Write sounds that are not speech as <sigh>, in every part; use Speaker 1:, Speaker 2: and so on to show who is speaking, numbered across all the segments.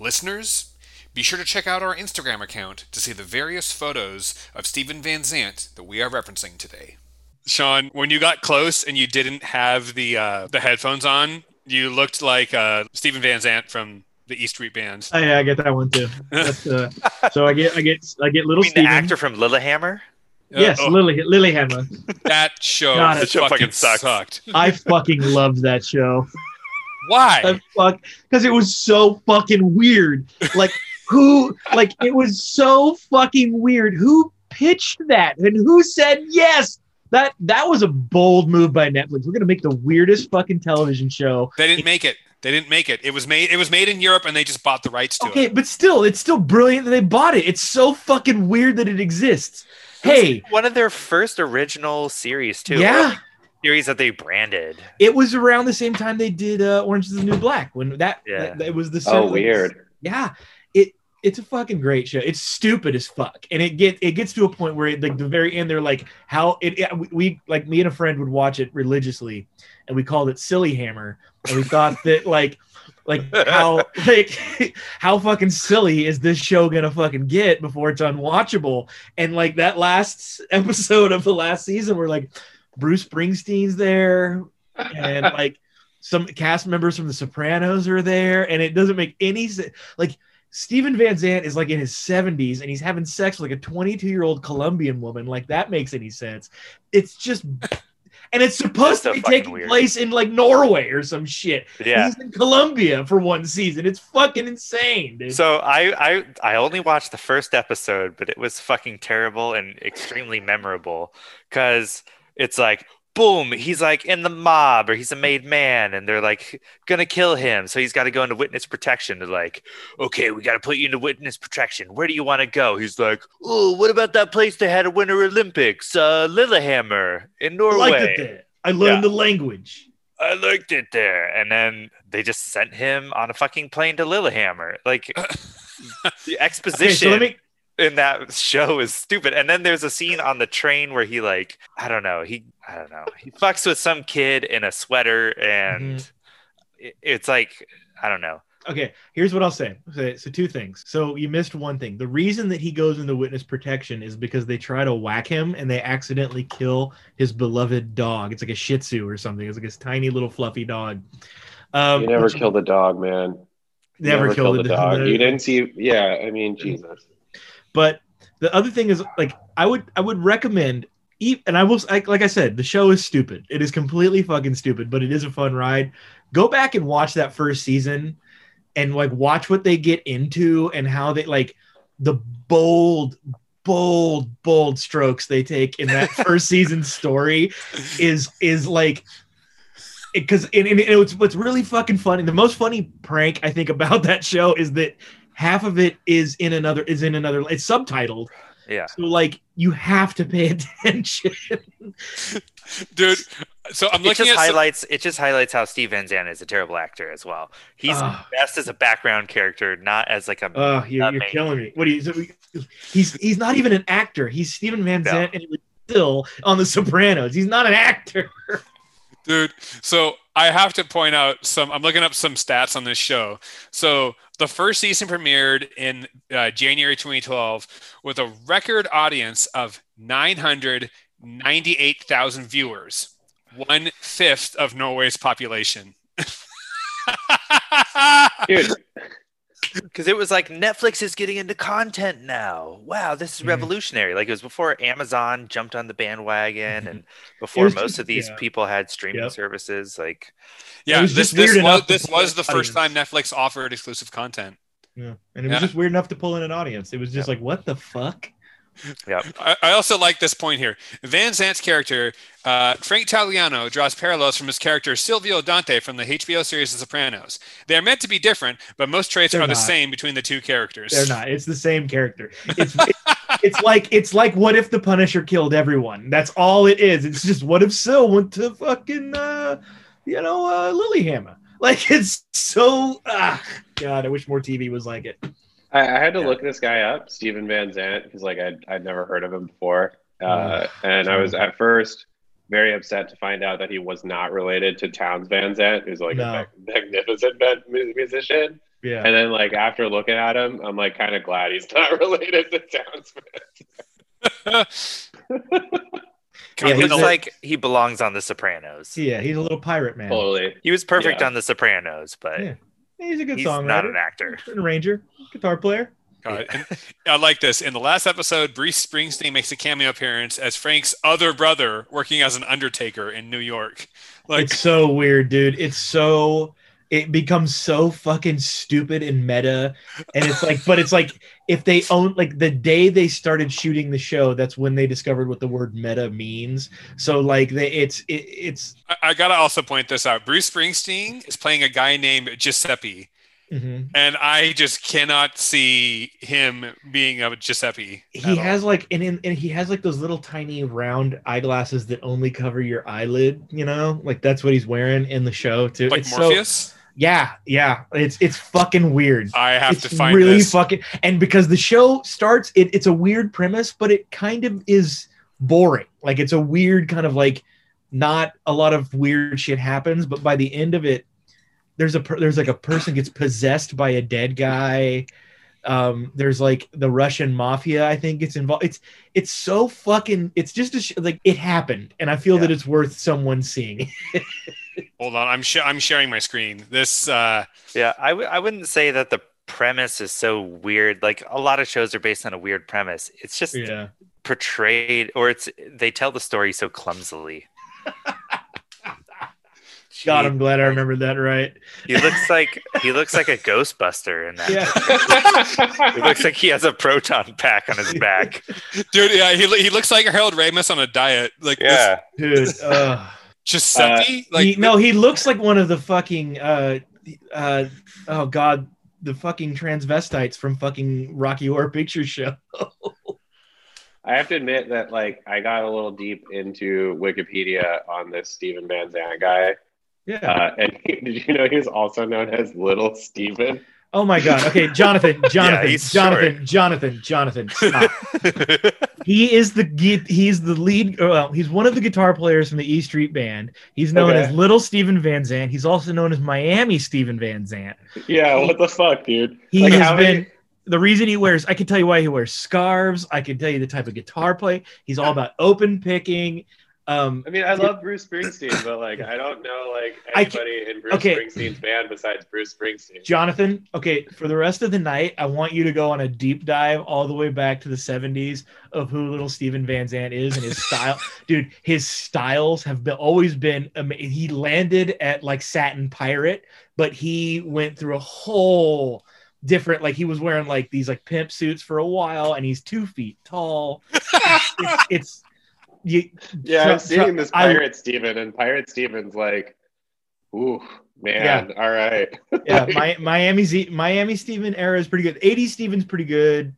Speaker 1: Listeners, be sure to check out our Instagram account to see the various photos of Stephen Van Zant that we are referencing today. Sean, when you got close and you didn't have the uh, the headphones on, you looked like uh, Stephen Van Zant from the East Street Band.
Speaker 2: Oh, yeah, I get that one too. That's, uh, so I get, I get, I get
Speaker 3: You
Speaker 2: little
Speaker 3: mean the
Speaker 2: Steven.
Speaker 3: actor from Lillehammer?
Speaker 2: Yes,
Speaker 1: Oh,
Speaker 2: Lily, Lilyhammer.
Speaker 1: that show,
Speaker 2: God,
Speaker 1: that show fucking
Speaker 3: sucks.
Speaker 1: sucked.
Speaker 2: I fucking loved that show.
Speaker 1: Why?
Speaker 2: I fuck because it was so fucking weird. Like who? Like it was so fucking weird. Who pitched that and who said yes? That that was a bold move by Netflix. We're gonna make the weirdest fucking television show.
Speaker 1: They didn't make it. They didn't make it. It was made. It was made in Europe, and they just bought the rights to
Speaker 2: Okay,
Speaker 1: it.
Speaker 2: but still, it's still brilliant that they bought it. It's so fucking weird that it exists. Hey,
Speaker 3: One of their first original series too. or
Speaker 2: yeah.
Speaker 3: like series that they branded.
Speaker 2: it was around the same time they did uh, Orange is the New Black when that,
Speaker 3: Yeah.
Speaker 2: that, that was the
Speaker 4: Oh,
Speaker 2: circle-
Speaker 4: weird.
Speaker 2: Yeah, it it's a fucking great show. It's stupid as fuck, and it get it gets to a point where it, like the very end, they're like, how it, it- we, we like me and a friend would watch it religiously, and we called it Silly Hammer, and we thought that like. Like how like <laughs> how fucking silly is this show gonna fucking get before it's unwatchable? And like that last episode of the last season, we're like, Bruce Springsteen's there, and like some cast members from The Sopranos are there, and it doesn't make any sense. Like Stephen Van Zant is like in his 70s, and he's having sex with like a 22 year old Colombian woman. Like that makes any sense? It's just, and it's supposed
Speaker 3: so
Speaker 2: to be
Speaker 3: fucking
Speaker 2: taking
Speaker 3: weird.
Speaker 2: place in like Norway or some shit.
Speaker 3: Yeah.
Speaker 2: He's in Colombia for one season. It's fucking insane, dude.
Speaker 3: So I, I I only watched the first episode, but it was fucking terrible and extremely memorable because it's like boom, he's like in the mob or he's a made man and they're like gonna kill him. So he's gotta go into witness protection. They're like, okay, we gotta put you into witness protection. Where do you wanna go? He's like, Oh, what about that place that had a winter Olympics? Uh Lillehammer in
Speaker 2: I
Speaker 3: Norway.
Speaker 2: liked it there. I learned the language.
Speaker 3: I liked it there. And then they just sent him on a fucking plane to Lillehammer. Like
Speaker 2: <laughs>
Speaker 3: the
Speaker 2: Okay, so
Speaker 3: exposition
Speaker 2: let me
Speaker 3: in that show is stupid. And then there's a scene on the train where he like, I don't know, he I don't know. He fucks with some kid in a sweater and
Speaker 2: Mm-hmm.
Speaker 3: it- it's like I don't know.
Speaker 2: okay here's what i'll say so, so two things so you missed one thing the reason that he goes into witness protection is because they try to whack him and they accidentally kill his beloved dog it's like a shih tzu or something it's like his tiny little fluffy dog um
Speaker 4: you never
Speaker 2: which-
Speaker 4: killed a dog, man. You
Speaker 2: never, killed, the dog
Speaker 4: You didn't see. Yeah, I mean, Jesus.
Speaker 2: but the other thing is like i would i would recommend e- and i will like, like i said the show is stupid it is completely fucking stupid but it is a fun ride go back and watch that first season and like watch what they get into and how they like the bold bold bold strokes they take in that first season story is is like because and, and it's what's really fucking funny the most funny prank i think about <laughs> that show is that half of it is in another is in another it's subtitled
Speaker 3: Yeah.
Speaker 2: so like you have to pay <laughs> attention
Speaker 1: dude. So I'm
Speaker 3: It
Speaker 1: looking
Speaker 3: just
Speaker 1: at. some-
Speaker 3: highlights it just highlights how Steve Van Zandt is a terrible actor as well. He's
Speaker 2: Ah.
Speaker 3: best as a background character, not as like a
Speaker 2: oh you're,
Speaker 3: Not
Speaker 2: you're
Speaker 3: me.
Speaker 2: killing me what do you so we- he's he's not even an actor he's Stephen van
Speaker 3: No.
Speaker 2: Zandt and he was still on the sopranos he's not an actor
Speaker 1: dude so i have to point out some i'm looking up some stats on this show so the first season premiered in uh, january 2012 with a record audience of 998000 viewers one fifth of norway's population <laughs>
Speaker 4: Dude,
Speaker 3: because it was like Netflix is getting into content now. Wow, this is
Speaker 2: Mhm.
Speaker 3: revolutionary. Like it was before Amazon jumped on the bandwagon
Speaker 2: Mhm. <laughs>
Speaker 3: and before
Speaker 2: was
Speaker 3: most
Speaker 2: just-
Speaker 3: of these
Speaker 2: yeah.
Speaker 3: people had streaming
Speaker 2: Yep.
Speaker 3: services. Like
Speaker 1: yeah
Speaker 2: It was
Speaker 1: this,
Speaker 2: just
Speaker 1: this,
Speaker 2: weird
Speaker 1: was,
Speaker 2: enough to
Speaker 1: this
Speaker 2: pull in
Speaker 1: was the
Speaker 2: an
Speaker 1: first time
Speaker 2: audience.
Speaker 1: netflix offered exclusive content
Speaker 2: yeah and it was
Speaker 1: Yeah.
Speaker 2: just weird enough to pull in an audience it was just like what the fuck
Speaker 1: I, I also like this point here. Van Zant's character, uh, Frank Taliano, draws parallels from his character Silvio Dante from the HBO series The Sopranos. They are meant to be different, but most traits
Speaker 2: They're
Speaker 1: are the
Speaker 2: not.
Speaker 1: same between the two characters.
Speaker 2: They're not. It's the same character.
Speaker 3: <laughs>
Speaker 2: It's it's like it's like what if the Punisher killed everyone? That's all it is. It's just what if Sil went to fucking uh, you know uh, Lilyhammer? <laughs> Like it's so ah, God. I wish more TV was like it.
Speaker 4: I, I had to
Speaker 3: Yeah.
Speaker 4: look this guy up, Stephen Van Zant, because like I'd, I'd never heard of him before,
Speaker 2: Mm.
Speaker 4: uh, and I was at first very upset to find out that he was not related to Towns Van Zant, who's like
Speaker 2: No.
Speaker 4: a mag- magnificent ma- mu- musician.
Speaker 2: Yeah.
Speaker 4: And then like after looking at him, I'm like kind of glad he's <laughs> not related to Townsman.
Speaker 1: Kind of
Speaker 2: Yeah, he's
Speaker 1: like
Speaker 3: Looks
Speaker 1: the-
Speaker 3: like he belongs on The Sopranos.
Speaker 2: Yeah, he's a little pirate man.
Speaker 4: <laughs> Totally.
Speaker 3: He was perfect
Speaker 4: Yeah.
Speaker 3: on The Sopranos, but
Speaker 2: Yeah, He's a good
Speaker 3: he's
Speaker 2: songwriter.
Speaker 3: not an actor.
Speaker 2: an arranger, guitar player.
Speaker 1: God. Uh, And I like this. In the last episode, Bruce Springsteen makes a cameo appearance as Frank's other brother working as an undertaker in New York. Like,
Speaker 2: it's so weird, dude. It's so it becomes so fucking stupid and meta. And it's like, but it's like if they own like the day they started shooting the show, that's when they discovered what the word meta means. So like they it's it, it's
Speaker 1: I, I gotta also point this out. Bruce Springsteen is playing a guy named Giuseppe,
Speaker 2: mhm.
Speaker 1: and I just cannot see him being a Giuseppe. at
Speaker 2: he
Speaker 1: all.
Speaker 2: has like and in, and he has like those little tiny round eyeglasses that only cover your eyelid, you know? Like that's what he's wearing in the show too.
Speaker 1: like
Speaker 2: it's so
Speaker 1: Morpheus.
Speaker 2: yeah, yeah. It's it's fucking weird.
Speaker 1: I have
Speaker 2: it's
Speaker 1: to find
Speaker 2: really
Speaker 1: this.
Speaker 2: fucking and because the show starts it, it's a weird premise but it kind of is boring like it's a weird kind of like not a lot of weird shit happens but by the end of it there's a per, there's like a person gets possessed by a dead guy um there's like the russian mafia i think gets involved it's it's so fucking it's just a sh- like it happened and i feel
Speaker 3: Yeah.
Speaker 2: that it's worth someone seeing <laughs>
Speaker 1: Hold on, I'm sh- I'm sharing my screen. This uh,
Speaker 3: Yeah, I w- I wouldn't say that the premise is so weird. Like a lot of shows are based on a weird premise. It's just
Speaker 2: yeah
Speaker 3: portrayed, or it's they tell the story
Speaker 2: <laughs>
Speaker 3: so clumsily.
Speaker 2: god i'm glad i remembered that right
Speaker 3: He looks like he looks like a Ghostbuster in that.
Speaker 2: yeah
Speaker 1: <laughs>
Speaker 3: He looks like he has a proton pack on his back.
Speaker 1: dude, yeah, he, lo- he looks like Harold Ramis on a diet. Like this
Speaker 4: yeah.
Speaker 2: dude uh
Speaker 1: Giuseppe. like
Speaker 2: he, no, he looks like one of the fucking uh, uh, oh god, the fucking transvestites from fucking Rocky Horror Picture Show.
Speaker 4: I have to admit that like I got a little deep into Wikipedia on this Stephen Van Zandt guy.
Speaker 2: Yeah.
Speaker 4: Uh, and <laughs> did you know he's also known as Little Stephen?
Speaker 2: oh my god.
Speaker 4: <laughs>
Speaker 2: Okay, Jonathan, Jonathan,
Speaker 3: he's
Speaker 2: Jonathan, Jonathan, Jonathan,
Speaker 4: <laughs>
Speaker 2: Stop. he is the gui- he's the lead. oh, Well, he's one of the guitar players from the E Street Band. He's known
Speaker 4: Okay.
Speaker 2: as Little Steven Van Zandt. He's also known as Miami Steven Van Zandt.
Speaker 4: Yeah, what the fuck, dude?
Speaker 2: He
Speaker 4: Like,
Speaker 2: has
Speaker 4: how
Speaker 2: been
Speaker 4: many-
Speaker 2: the reason he wears. I can tell you why he wears scarves. I can tell you the type of guitar play. He's all about open picking. Um,
Speaker 4: I mean, I love Bruce Springsteen, but like I don't know like
Speaker 2: I can-
Speaker 4: anybody in Bruce
Speaker 2: okay.
Speaker 4: Springsteen's band besides Bruce Springsteen.
Speaker 2: Jonathan, okay, for the rest of the night, I want you to go on a deep dive all the way back to the '70s of who Little Steven Van Zandt is and his style. Dude, his styles have been always been. ama- He landed at like satin pirate, but he went through a whole different. Like he was wearing like these like pimp suits for a while, and he's two feet tall. it's, it's you,
Speaker 4: Yeah,
Speaker 2: Tru-
Speaker 4: I'm seeing this
Speaker 2: I-
Speaker 4: Pirate Steven, and Pirate Steven's like, ooh, man, all right.
Speaker 2: yeah, Mi- Miami Z, Miami Steven era is pretty good. 80 Steven's pretty good.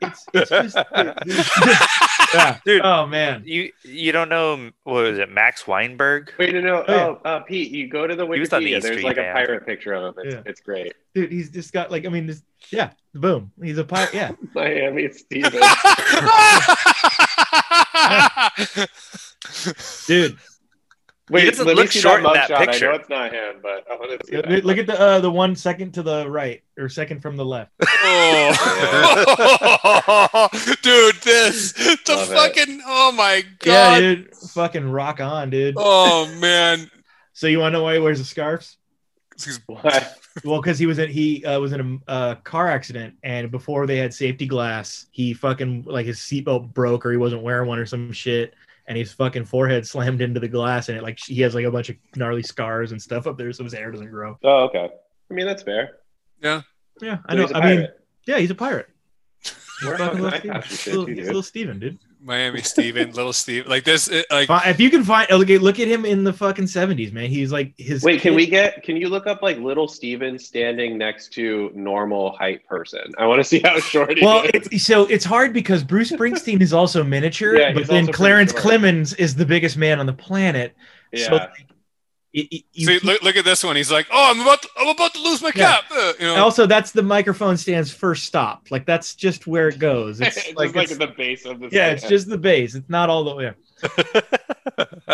Speaker 2: It's, it's just, yeah.
Speaker 3: Dude.
Speaker 2: Oh man.
Speaker 3: <laughs> You you don't know what was it Max Weinberg?
Speaker 4: Wait, no, no,
Speaker 2: Oh, yeah.
Speaker 4: oh, uh, Pete, you go to the
Speaker 3: He was on the
Speaker 4: Wikipedia.
Speaker 3: East
Speaker 4: There's
Speaker 3: Street
Speaker 4: like a
Speaker 3: Band.
Speaker 4: pirate picture of him. It's,
Speaker 2: Yeah.
Speaker 4: it's great.
Speaker 2: Dude, he's just got like I mean this yeah, boom. He's a pirate. Yeah.
Speaker 4: <laughs> Miami
Speaker 2: <laughs>
Speaker 4: Steven.
Speaker 2: Dude,
Speaker 4: Wait,
Speaker 3: doesn't
Speaker 4: let me
Speaker 3: look
Speaker 4: see
Speaker 3: short in
Speaker 4: that mugshot.
Speaker 3: that picture.
Speaker 4: I know it's not him, but I want to see that.
Speaker 2: look at the uh, the one second to the right or second from the left.
Speaker 1: <laughs> oh. dude, this the
Speaker 4: Love it.
Speaker 1: fucking oh my
Speaker 2: Yeah,
Speaker 1: god.
Speaker 2: dude. Fucking rock on, dude.
Speaker 1: oh man.
Speaker 2: So you want to know why he wears the scarves?
Speaker 1: Excuse-
Speaker 4: <laughs> Why?
Speaker 2: Well, because he was in he uh, was in a uh, car accident, and before they had safety glass, he fucking like his seatbelt broke, or he wasn't wearing one, or some shit, and his fucking forehead <laughs> slammed into the glass, and it like he has like a bunch of gnarly scars and stuff up there, so his hair doesn't grow.
Speaker 4: Oh, okay. I mean, that's fair.
Speaker 2: Yeah, I
Speaker 4: So
Speaker 2: know.
Speaker 4: he's a
Speaker 2: I mean,
Speaker 4: pirate.
Speaker 2: yeah, he's a pirate.
Speaker 4: We're
Speaker 2: Fucking
Speaker 4: on
Speaker 2: little
Speaker 4: that
Speaker 2: Steven.
Speaker 4: kind of shit,
Speaker 2: Little-
Speaker 4: too,
Speaker 2: he's
Speaker 4: dude.
Speaker 2: little Steven, dude.
Speaker 1: Miami Steven, little Steve. Like this it, like
Speaker 2: Fi- If you can find, look at look at him in the fucking seventies, man. He's like his.
Speaker 4: Wait,
Speaker 2: kid-
Speaker 4: can we get? Can you look up like little Steven standing next to normal height person? I want to see how <laughs> short he
Speaker 2: Well,
Speaker 4: is.
Speaker 2: it's, so it's hard because Bruce Springsteen is also miniature,
Speaker 4: Yeah,
Speaker 2: but
Speaker 4: he's
Speaker 2: then
Speaker 4: also pretty
Speaker 2: Clarence
Speaker 4: short.
Speaker 2: Clemens is the biggest man on the planet.
Speaker 4: Yeah.
Speaker 2: So like, it, it- you
Speaker 1: See,
Speaker 2: keep-
Speaker 1: look, look at this one. He's like, "Oh, I'm about to, I'm about to lose my
Speaker 2: Yeah.
Speaker 1: cap." Uh, you know,
Speaker 2: and also that's the microphone stand's first stop. Like that's just where it
Speaker 4: <laughs>
Speaker 2: goes. <laughs> It's
Speaker 4: Just
Speaker 2: like,
Speaker 4: like
Speaker 2: it's-
Speaker 4: at the base of the
Speaker 2: yeah, it's just the base. It's not all the way.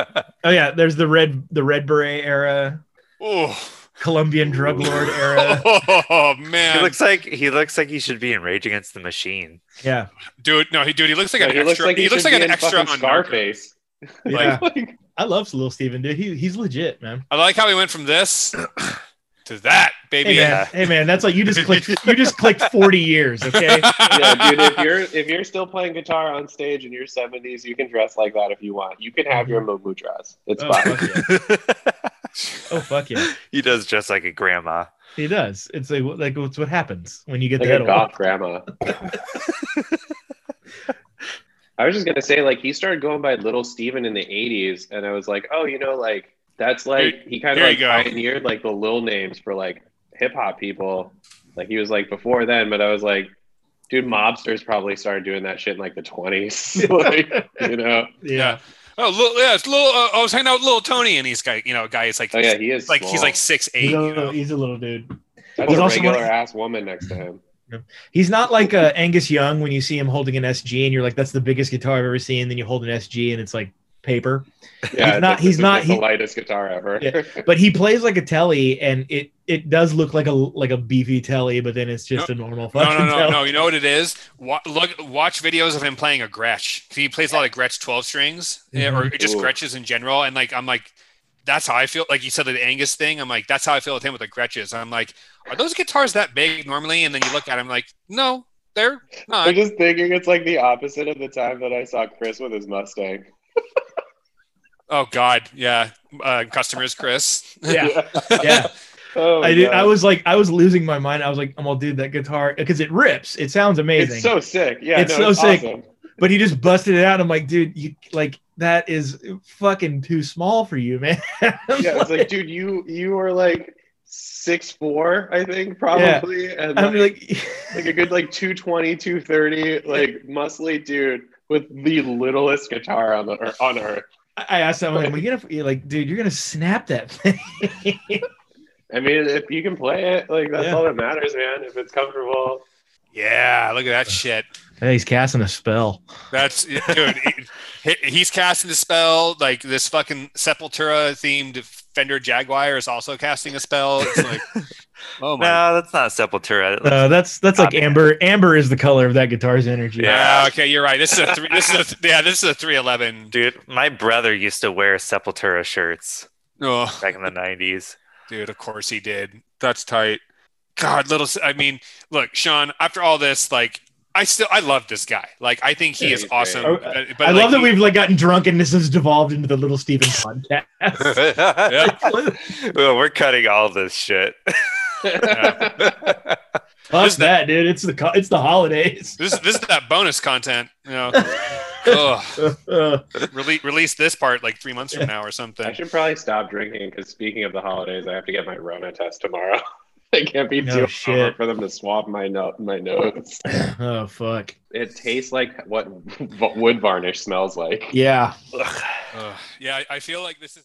Speaker 1: <laughs>
Speaker 2: oh yeah, there's the red the red beret era.
Speaker 1: oh,
Speaker 2: Colombian drug
Speaker 1: <laughs>
Speaker 2: lord era.
Speaker 1: Oh
Speaker 3: He
Speaker 1: man,
Speaker 3: looks like he looks like he should be in Rage Against the Machine.
Speaker 2: Yeah,
Speaker 1: dude, no, he dude, he looks like
Speaker 4: Yeah,
Speaker 1: an
Speaker 4: he
Speaker 1: extra.
Speaker 4: looks like he,
Speaker 1: he looks
Speaker 4: should
Speaker 1: like
Speaker 4: be
Speaker 1: an
Speaker 4: in
Speaker 1: extra on
Speaker 4: fucking
Speaker 1: Narcos.
Speaker 4: Scarface. <laughs>
Speaker 2: yeah.
Speaker 4: Like,
Speaker 2: I love Little Steven, dude. He he's legit, man.
Speaker 1: I like how he went from this <clears throat> to that,
Speaker 2: Hey
Speaker 1: baby. <laughs>
Speaker 2: man, hey man, that's like you just clicked you just clicked 40 years, okay?
Speaker 4: yeah, dude. <laughs> If you're if you're still playing guitar on stage in your seventies, you can dress like that if you want. You can have your mumu dress. It's
Speaker 2: Oh,
Speaker 4: fine.
Speaker 2: fuck yeah. Oh fuck yeah.
Speaker 3: he does just like a grandma.
Speaker 2: <laughs> He does. It's like like it's what happens when you get
Speaker 4: Like
Speaker 2: that
Speaker 4: a
Speaker 2: old. <laughs>
Speaker 4: goth grandma. I was just gonna say, like, he started going by Little Steven in the '80s, and I was like, oh, you know, like that's like he kind of
Speaker 1: here you
Speaker 4: like
Speaker 1: go.
Speaker 4: pioneered like the little names for like hip hop people. Like he was like before then, but I was like, dude, mobsters probably started doing that shit in like
Speaker 2: <laughs>
Speaker 4: the '20s, <laughs> like you know?
Speaker 2: Yeah.
Speaker 1: Oh, little, yeah, it's little. Uh, I was hanging out with little Tony, and he's guy, you know, a guy is like,
Speaker 4: Oh yeah, he is
Speaker 1: like he's
Speaker 4: small.
Speaker 1: like six eight.
Speaker 2: He's a,
Speaker 1: You
Speaker 2: little,
Speaker 1: know?
Speaker 2: he's a little dude.
Speaker 4: That's
Speaker 2: He's
Speaker 4: a
Speaker 2: also
Speaker 4: regular
Speaker 2: one of-
Speaker 4: ass woman next to him.
Speaker 2: He's not like uh, Angus Young when you see him holding an SG and you're like, "That's the biggest guitar I've ever seen." Then you hold an SG and it's like paper.
Speaker 4: Yeah, it's
Speaker 2: not-
Speaker 4: like-
Speaker 2: he's
Speaker 4: it's
Speaker 2: not-
Speaker 4: like the
Speaker 2: he-
Speaker 4: lightest guitar ever.
Speaker 2: Yeah. But he plays like a telly, and it it does look like a like a beefy telly, but then it's just a normal
Speaker 1: No,
Speaker 2: fucking
Speaker 1: no, no,
Speaker 2: telly.
Speaker 1: no. You know what it is? Wa- look, watch videos of him playing a Gretsch. He plays a lot of Gretsch twelve strings, yeah, or just
Speaker 4: Ooh.
Speaker 1: Gretches in general. And like, I'm like, that's how I feel. Like you said the Angus thing. I'm like, that's how I feel with him with the Gretches. I'm like, are those guitars that big normally? And then you look at him like, no, they're
Speaker 4: I'm
Speaker 1: not.
Speaker 4: just thinking it's like the opposite of the time that I saw Chris with his Mustang.
Speaker 1: Oh God, yeah. Uh, customers, Chris. <laughs>
Speaker 4: <laughs>
Speaker 2: Yeah, <laughs> yeah.
Speaker 4: Oh,
Speaker 2: I did.
Speaker 4: God.
Speaker 2: I was like, I was losing my mind. I was like, I'm all dude, that guitar because it rips. It sounds amazing.
Speaker 4: It's so sick. Yeah,
Speaker 2: It's so
Speaker 4: no, it's
Speaker 2: sick.
Speaker 4: Awesome.
Speaker 2: but he just busted it out. I'm like, dude, you like that is fucking too small for you, man. <laughs>
Speaker 4: Yeah, it's like, dude, you you were like six four, I think, probably, and
Speaker 2: I'm
Speaker 4: like,
Speaker 2: like,
Speaker 4: like a good like 220, 230, like muscly dude with the littlest guitar on the ear- on earth.
Speaker 2: I asked him, like, "Well, you gonna like, dude, you're gonna snap that thing. <laughs>
Speaker 4: I mean, if you can play it, like that's
Speaker 2: Yeah.
Speaker 4: all that matters, man. If it's comfortable.
Speaker 1: Yeah, look at that shit.
Speaker 2: hey, he's casting a spell.
Speaker 1: That's dude. he, he's casting a spell. Like this fucking Sepultura themed Fender Jaguar is also casting a spell. It's
Speaker 4: <laughs>
Speaker 1: like, oh my.
Speaker 3: No, that's not Sepultura.
Speaker 2: Uh, that's that's like
Speaker 3: Copy.
Speaker 2: amber. Amber is the color of that guitar's energy.
Speaker 1: Yeah. Okay, you're right. This is a three, this is a th- yeah. This is a three eleven.
Speaker 3: Dude, my brother used to wear Sepultura shirts
Speaker 1: Oh,
Speaker 3: back in the 90s.
Speaker 1: dude. Of course he did. That's tight. God, little. S- I mean, look, Sean. After all this, like, I still I love this guy. Like, I think he
Speaker 4: Yeah,
Speaker 1: is
Speaker 4: he's great.
Speaker 1: awesome.
Speaker 2: Oh,
Speaker 1: But,
Speaker 2: I love that
Speaker 1: <laughs> we.
Speaker 2: we've like gotten drunk and this has devolved into the Little Steven podcast.
Speaker 3: <laughs> Well, we're cutting all this shit.
Speaker 2: Fuck
Speaker 1: Just
Speaker 2: that, dude. It's the co- it's
Speaker 1: <laughs>
Speaker 2: the holidays. <laughs>
Speaker 1: This this is that bonus content. You know. Ugh.
Speaker 2: Uh,
Speaker 1: release release this part like three months from now or something.
Speaker 4: I should probably stop drinking because speaking of the holidays, I have to get my Rona test tomorrow. <laughs> I can't be
Speaker 2: No
Speaker 4: too
Speaker 2: shit.
Speaker 4: shit. for them to swab my no- my nose.
Speaker 2: oh fuck.
Speaker 4: It tastes like what v- wood varnish smells like.
Speaker 2: Yeah.
Speaker 1: Ugh. yeah, I, I feel like this is.